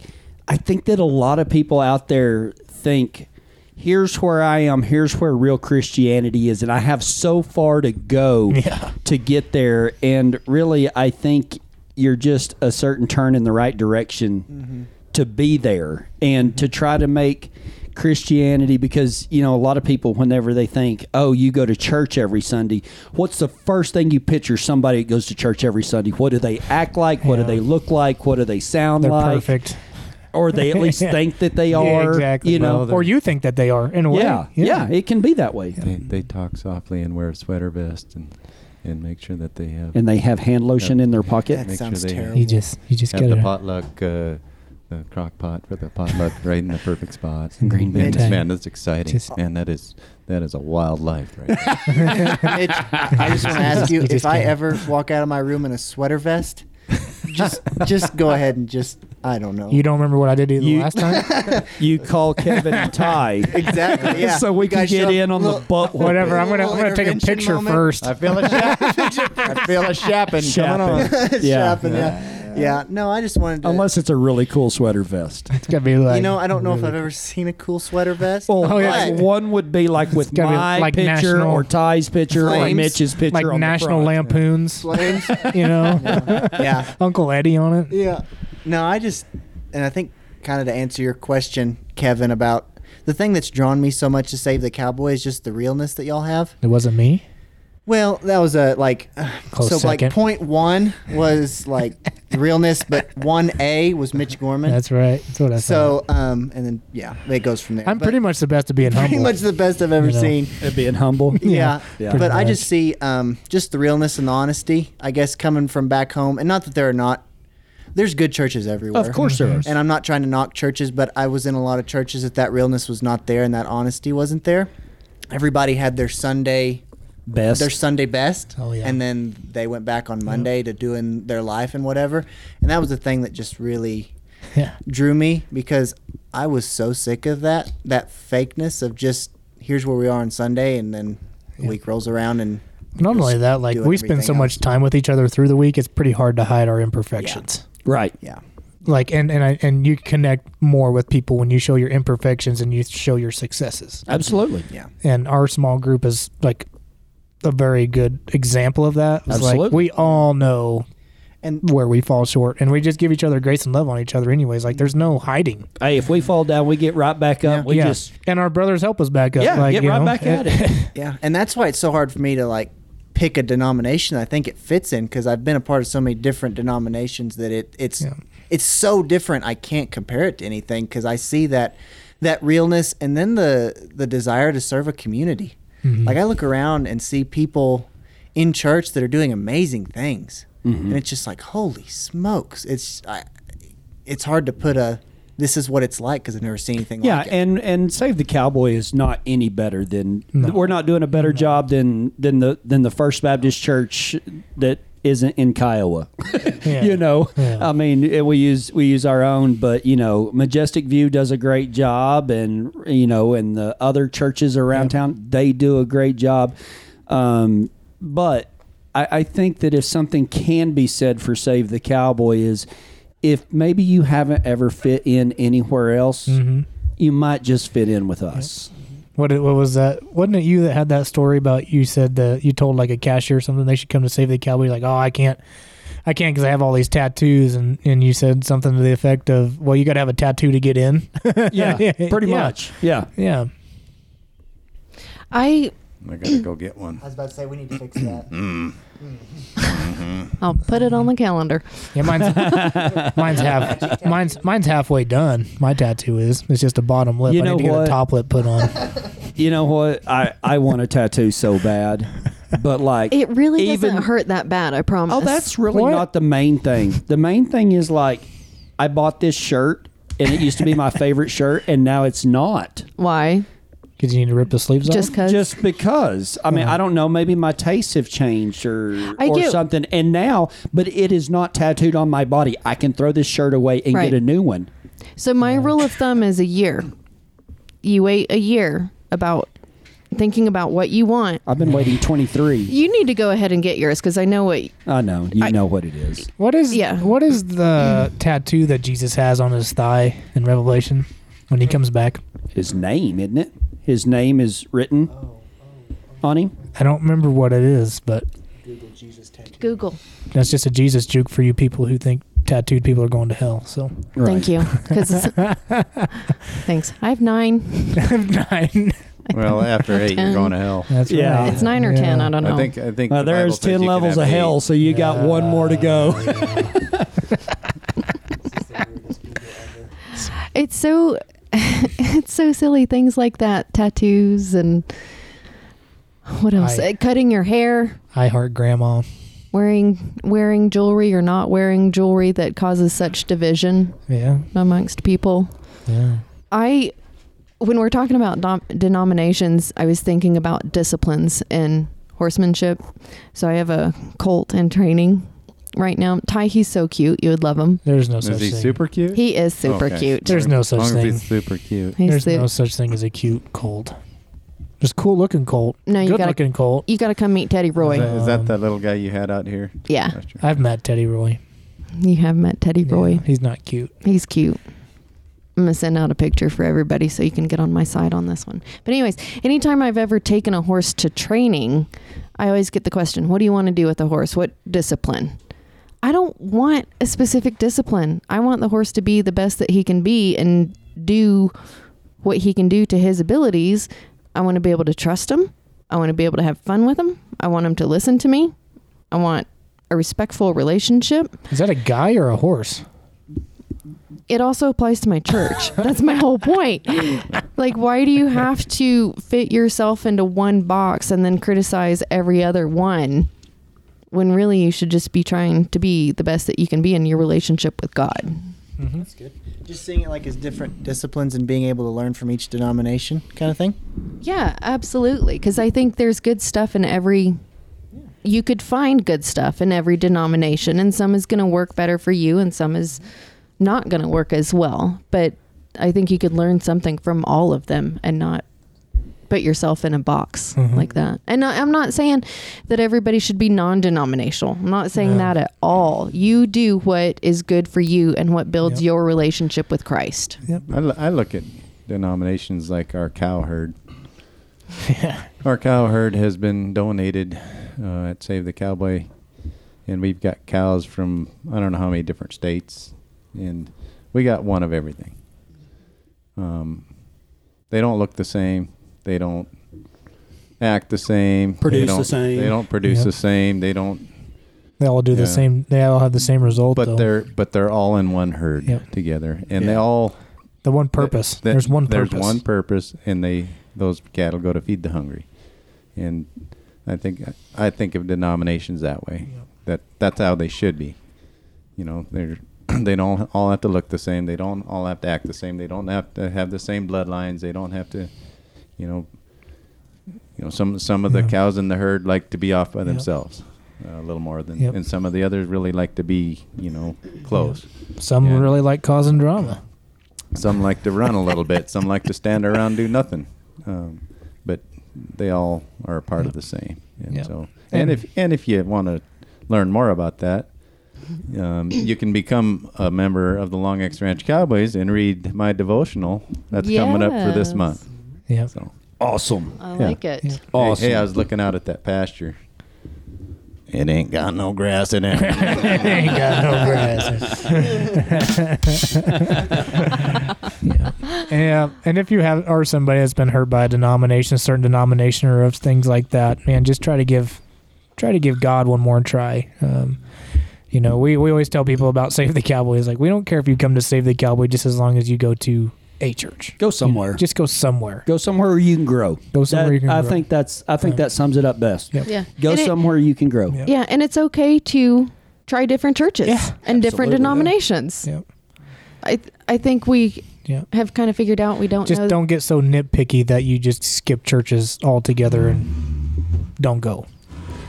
I think that a lot of people out there think here's where I am, here's where real Christianity is, and I have so far to go Yeah. to get there. And really, I think you're just a certain turn in the right direction Mm-hmm. to be there and to try to make Christianity because you know a lot of people whenever they think oh you go to church every Sunday what's the first thing you picture somebody that goes to church every Sunday what do they act like what Yeah. do they look like what do they sound they're like perfect. or they at least Yeah. think that they Yeah, are exactly. you know or you think that they are in a way. yeah, yeah it can be that way They, they talk softly and wear a sweater vest and and make sure that they have and they have hand lotion in their pocket That Make sure sounds they- terrible. You just you just have the gotta potluck. Uh, the crock pot for the potluck right in the perfect spot. green Man, beans. Man, that's exciting. Just- man, that is that is a wild life right there. Mitch, I just want to ask you You just if I can't. ever walk out of my room in a sweater vest, just just go ahead and just I don't know. You don't remember what I did either You- last time? You call Kevin and Ty. exactly. Yeah. So we You can guys get shove in on little- the butt. Whatever. I'm gonna Little I'm gonna take a intervention picture moment. first. I feel a shap. I feel a shapping. Coming on. Shapping. Yeah. shopping, yeah. yeah. No, I just wanted to. Unless it's a really cool sweater vest. It's gonna be like you know, I don't know if I've ever seen a cool sweater vest. Well, Oh, yeah. like, one would be like with gotta be my like picture national- or Ty's picture or Flames. Mitch's picture like on National the front. Lampoons. Flames. You know, yeah. Uncle Eddie on it. Yeah. No, I just, and I think kind of to answer your question, Kevin, about the thing that's drawn me so much to save the cowboy is just the realness that y'all have. It wasn't me. Well, that was a like, uh, Close so second. like point one was like the realness, but one A was Mitch Gorman. That's right. That's what I so, thought. um, and then yeah, it goes from there. I'm But pretty much the best at being pretty humble. much the best I've ever You know. seen. It being humble. Yeah, Yeah. but Pretty I much. just see um, just the realness and the honesty, I guess, coming from back home. And not that there are not, there's good churches everywhere. Of course there is. And I'm not trying to knock churches, but I was in a lot of churches that that realness was not there and that honesty wasn't there. Everybody had their Sunday, Best. their Sunday best, Oh, yeah. and then they went back on Monday to doing their life and whatever. And that was the thing that just really yeah. drew me because I was so sick of that that fakeness of just here's where we are on Sunday and then the Yeah. week rolls around and Not only that, like doing we spend so everything much else. time with each other through the week, it's pretty hard to hide our imperfections. Right. yeah Like and and I, and you connect more with people when you show your imperfections and you show your successes. Absolutely. yeah and our small group is like a very good example of that. It's like Absolutely. we all know and where we fall short and we just give each other grace and love on each other anyways. Like there's no hiding. Hey, if we fall down, we get right back up. We yeah. just and our brothers help us back up. yeah, like, get you right know, back at it. yeah and that's why it's so hard for me to like pick a denomination I think it fits in because I've been a part of so many different denominations that it it's Yeah. it's so different I can't compare it to anything because I see that that realness and then the the desire to serve a community Mm-hmm. like I look around and see people in church that are doing amazing things and it's just like holy smokes it's I, it's hard to put a this is what it's like because I've never seen anything yeah, like it and and save the cowboy is not any better than we're not doing a better job than than the than the First Baptist Church that isn't in Kiowa. Yeah. you know, Yeah. I mean, it- we use we use our own, but you know, Majestic View does a great job, and you know, and the other churches around town they do a great job. Um, but I, I think that if something can be said for Save the Cowboy is if maybe you haven't ever fit in anywhere else, Mm-hmm. you might just fit in with us. What it- what was that? Wasn't it you that had that story about you said that you told like a cashier or something they should come to save the cowboy? Like, oh, I can't, I can't because I have all these tattoos, and and you said something to the effect of, well, you got to have a tattoo to get in. Yeah, pretty Yeah. much. Yeah. Yeah. I I gotta go get one. I was about to say we need to fix that I'll put it on the calendar. Yeah, mine's mine's half mine's mine's halfway done. My tattoo is. It's just a bottom lip. You I know need to get what? a top lip put on. You know what? I, I want a tattoo so bad, but like It really Even- doesn't hurt that bad, I promise. Oh, that's really What? not the main thing. The main thing is like, I bought this shirt and it used to be my favorite shirt, and now it's not. why? Because you need to rip the sleeves off. Just cuz Just because. I mean, I don't know. Maybe my tastes have changed or I or get- something. And now, but it is not tattooed on my body. I can throw this shirt away and Right. get a new one. So my rule of thumb is a year. You wait a year about thinking about what you want. I've been waiting 23. You need to go ahead and get yours because I know what. I know. You know what it is. what is yeah. What is the tattoo that Jesus has on his thigh in Revelation when he comes back? His name, isn't it? His name is written on him. I don't remember what it is, but Google. that's just a Jesus juke for you people who think tattooed people are going to hell. So Thank Uh, you. 'Cause it's- thanks. I have nine. nine. Well, after eight, you're Ten. going to hell. That's Yeah. right. It's nine or ten. Yeah. I don't know. I think. I think. Well, the Bible there's says you 10 can levels have of hell, eight. so you got one more to go. it's so it's so silly things like that, tattoos and what else? I- Uh, Cutting your hair, I heart grandma. wearing wearing jewelry or not wearing jewelry that causes such division Yeah. amongst people. Yeah. I, when we're talking about dom- denominations, I was thinking about disciplines in horsemanship. So I have a colt in training right now. Ty, he's so cute. You would love him. There's no such Is he thing. super cute? He is super Okay. cute. There's no such As long as thing. he's super cute. He's There's su- no such thing as a cute colt. There's cool looking colt. No, you good gotta- looking colt. you got to come meet Teddy Is Roy. that, is that Um, that little guy you had out here? Yeah. Last year? I've met Teddy Roy. You have met Teddy Roy. Yeah, he's not cute. He's cute. I'm gonna send out a picture for everybody so you can get on my side on this one. But anyways, anytime I've ever taken a horse to training, I always get the question, "What do you want to do with the horse? What discipline?" I don't want a specific discipline. I want the horse to be the best that he can be and do what he can do to his abilities. I want to be able to trust him. I want to be able to have fun with him. I want him to listen to me. I want a respectful relationship Is that a guy or a horse? it also applies to my church. That's my whole point. Like, why do you have to fit yourself into one box and then criticize every other one when really you should just be trying to be the best that you can be in your relationship with God? That's good. Just seeing it like as different disciplines and being able to learn from each denomination kind of thing. Yeah, absolutely. Because I think there's good stuff in every. You could find good stuff in every denomination, and some is going to work better for you, and some is not going to work as well. But I think you could learn something from all of them and not put yourself in a box Mhm. like that. And I, I'm not saying that everybody should be non denominational. I'm not saying No. that at all. You do what is good for you and what builds Yep. your relationship with Christ. I, l- I look at denominations like our cow herd. Yeah. Our cow herd has been donated uh, at Save the Cowboy, and we've got cows from I don't know how many different states, and we got one of everything. Um, they don't look the same. They don't act the same. they Produce the don't- same. They don't produce Yep. the same. They don't. They all do Yeah. the same. They all have the same result, But though. they're but they're all in one herd Yep. together, and they Yeah. all the one purpose. that- there's one there's purpose. one purpose, and they those cattle go to feed the hungry, and I think I think of denominations that way. Yep. That that's how they should be. You know, they're they don't all have to look the same. They don't all have to act the same. They don't have to have the same bloodlines. They don't have to, you know, you know some some of the Yeah. cows in the herd like to be off by Yep. themselves. uh, A little more than, Yep. and some of the others really like to be, you know, close. Some Yeah. really like causing drama. Some like to run a little bit. Some like to stand around and do nothing. Um, but they all are a part of the same. And Yeah. so, and if and if you want to learn more about that, um, you can become a member of the Long X Ranch Cowboys and read my devotional that's coming up for this Yes. month. Yeah. So, Awesome. I Yeah. like it. Yeah. Awesome. hey, hey, I was looking out at that pasture. It ain't got no grass in it. ain't got no grass. yeah. yeah, and if you have or somebody that's been hurt by a denomination, a certain denomination, or of things like that, man, just try to give, try to give God one more try. Um, you know, we, we always tell people about Save the Cowboy. It's like we don't care if you come to Save the Cowboy, just as long as you go to a church. Go You know, just go somewhere. Go somewhere where you can grow. Go somewhere That- you can I grow. think that's I think Yeah. that sums it up best. Yeah. Yeah. Go And it- Uh, somewhere you can grow. Yeah. Yeah, and it's okay to try different churches Yeah. and different Absolutely. denominations. Yep. I th- I think we Yeah. have kind of figured out we don't Just know. don't get so nitpicky that you just skip churches altogether and don't go.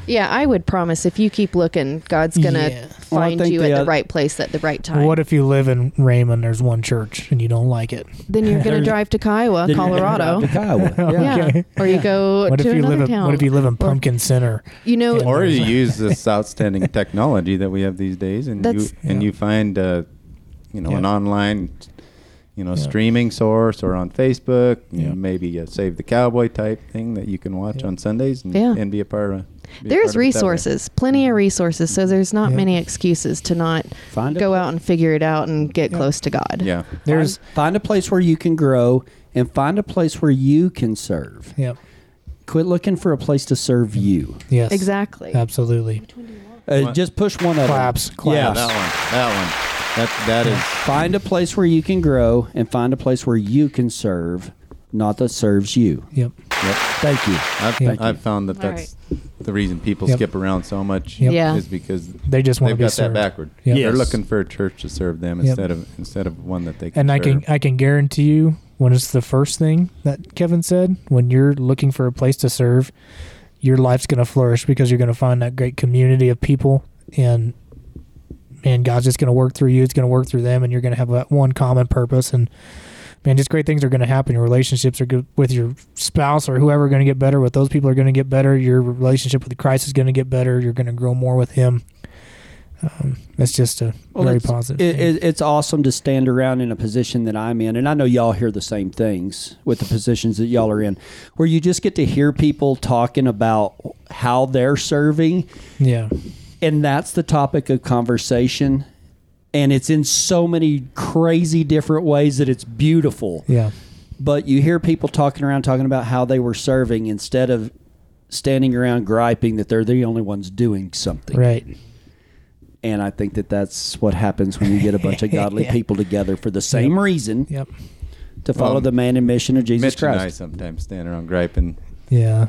yeah, I would promise if you keep looking, God's gonna Yeah. Well, I find think you the at the oth- right place at the right time. What if you live in Raymond? There's one church and you don't like it. then you're gonna There's- drive to Kiowa, Then you're gonna Colorado. drive to Kiowa. Yeah. Yeah, Okay. or you go What to if you another live? In, town. what if you live in Pumpkin Center? You know, Yeah. or you use this outstanding technology that we have these days, and That's- you and Yeah. you find uh, you know an Yeah. online you know Yeah. streaming source or on Facebook, you know, Yeah. maybe a Save the Cowboy type thing that you can watch Yeah. on Sundays and, Yeah. and be a part of. be a part there's of it that way. resources, plenty of resources. So there's not Yeah. many excuses to not Find a go out and figure it out and get Yeah. close to God. Yeah, There's find, find a place where you can grow and find a place where you can serve. yeah. Quit looking for a place to serve you. Yes. Exactly. Absolutely. Uh, What? just push one of them. Claps. Claps. that one, that one, that that is Find a place where you can grow and find a place where you can serve, not that serves you. Yep. Thank you. I've, Yeah. I've found that All that's the reason people Yep. skip around so much Yep. Yeah. is because They just want to they've be got served. that backward. Yep. They're Yes. looking for a church to serve them Yep. instead of instead of one that they can. And I serve. can I can guarantee you when it's the first thing that Kevin said, when you're looking for a place to serve, your life's gonna flourish because you're gonna find that great community of people and man, God's just going to work through you. It's going to work through them, and you're going to have that one common purpose. And man, just great things are going to happen. Your relationships are good with your spouse or whoever are going to get better. With those people are going to get better. Your relationship with Christ is going to get better. You're going to grow more with Him. Um, that's just a Well, very it's- positive. It, thing. it, it's awesome to stand around in a position that I'm in, and I know y'all hear the same things with the positions that y'all are in, where you just get to hear people talking about how they're serving, yeah, and that's the topic of conversation, and it's in so many crazy different ways that it's beautiful. yeah, But you hear people talking around talking about how they were serving instead of standing around griping that they're the only ones doing something. right. And I think that that's what happens when you get a bunch of godly people together for the same reason Yep. to follow Well, the man and mission of Jesus Mitch and I Christ. sometimes stand around griping. Yeah.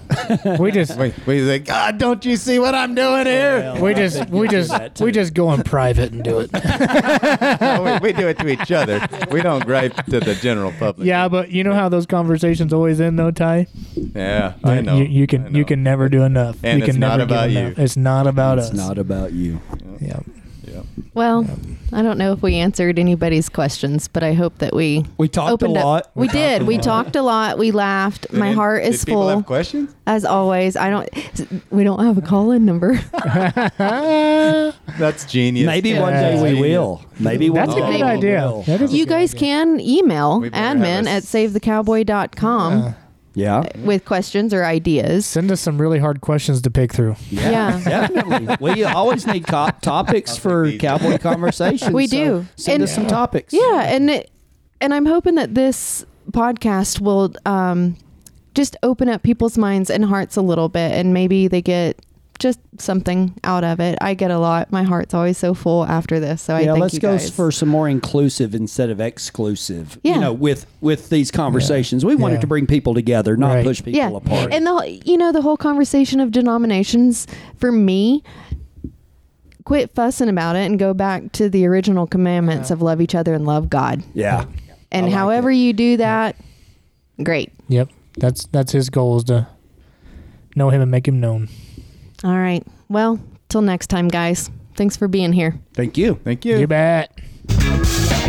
we just Wait, wait, he's like, God, don't you see what I'm doing here? we just we just we just go in private and do it. No, we, we do it to each other. We don't gripe to the general public. yeah, but you know how those conversations always end though, Ty. Yeah, I know. You, you can I you know. can never do enough. And we it's can not never give about you. enough. It's not about It's us. not about you. yeah. Yeah. Well, I don't know if we answered anybody's questions, but I hope that we We talked opened a up- lot. We did. We talked a lot. We laughed. My Did- heart is did people full Have questions? as always. I don't. We don't have a call in number. That's genius. Maybe Yeah. one day we Genius. will. Maybe one That's a day good we idea. will. That is a you good guys idea. can email We better have admin a at s- savethecowboy.com Uh, Yeah. with questions or ideas. send us some really hard questions to pick through. Yeah. Definitely. We always need co- topics for these. cowboy conversations. We so do. Send And- us some topics. Yeah, and it, and I'm hoping that this podcast will um, just open up people's minds and hearts a little bit, and maybe they get just something out of it. I get a lot. My heart's always so full after this, so I yeah, thank let's you go guys. for some more inclusive instead of exclusive. Yeah. You know, with with these conversations, we wanted Yeah. to bring people together, not Right. push people yeah, apart. and the whole- you know the whole conversation of denominations for me. Quit fussing about it and go back to the original commandments of love each other and love God. yeah. And I like however it. you do that, great. Yep. That's that's his goal is to know him and make him known. All right. Well, till next time, guys. Thanks for being here. Thank you. Thank You bet.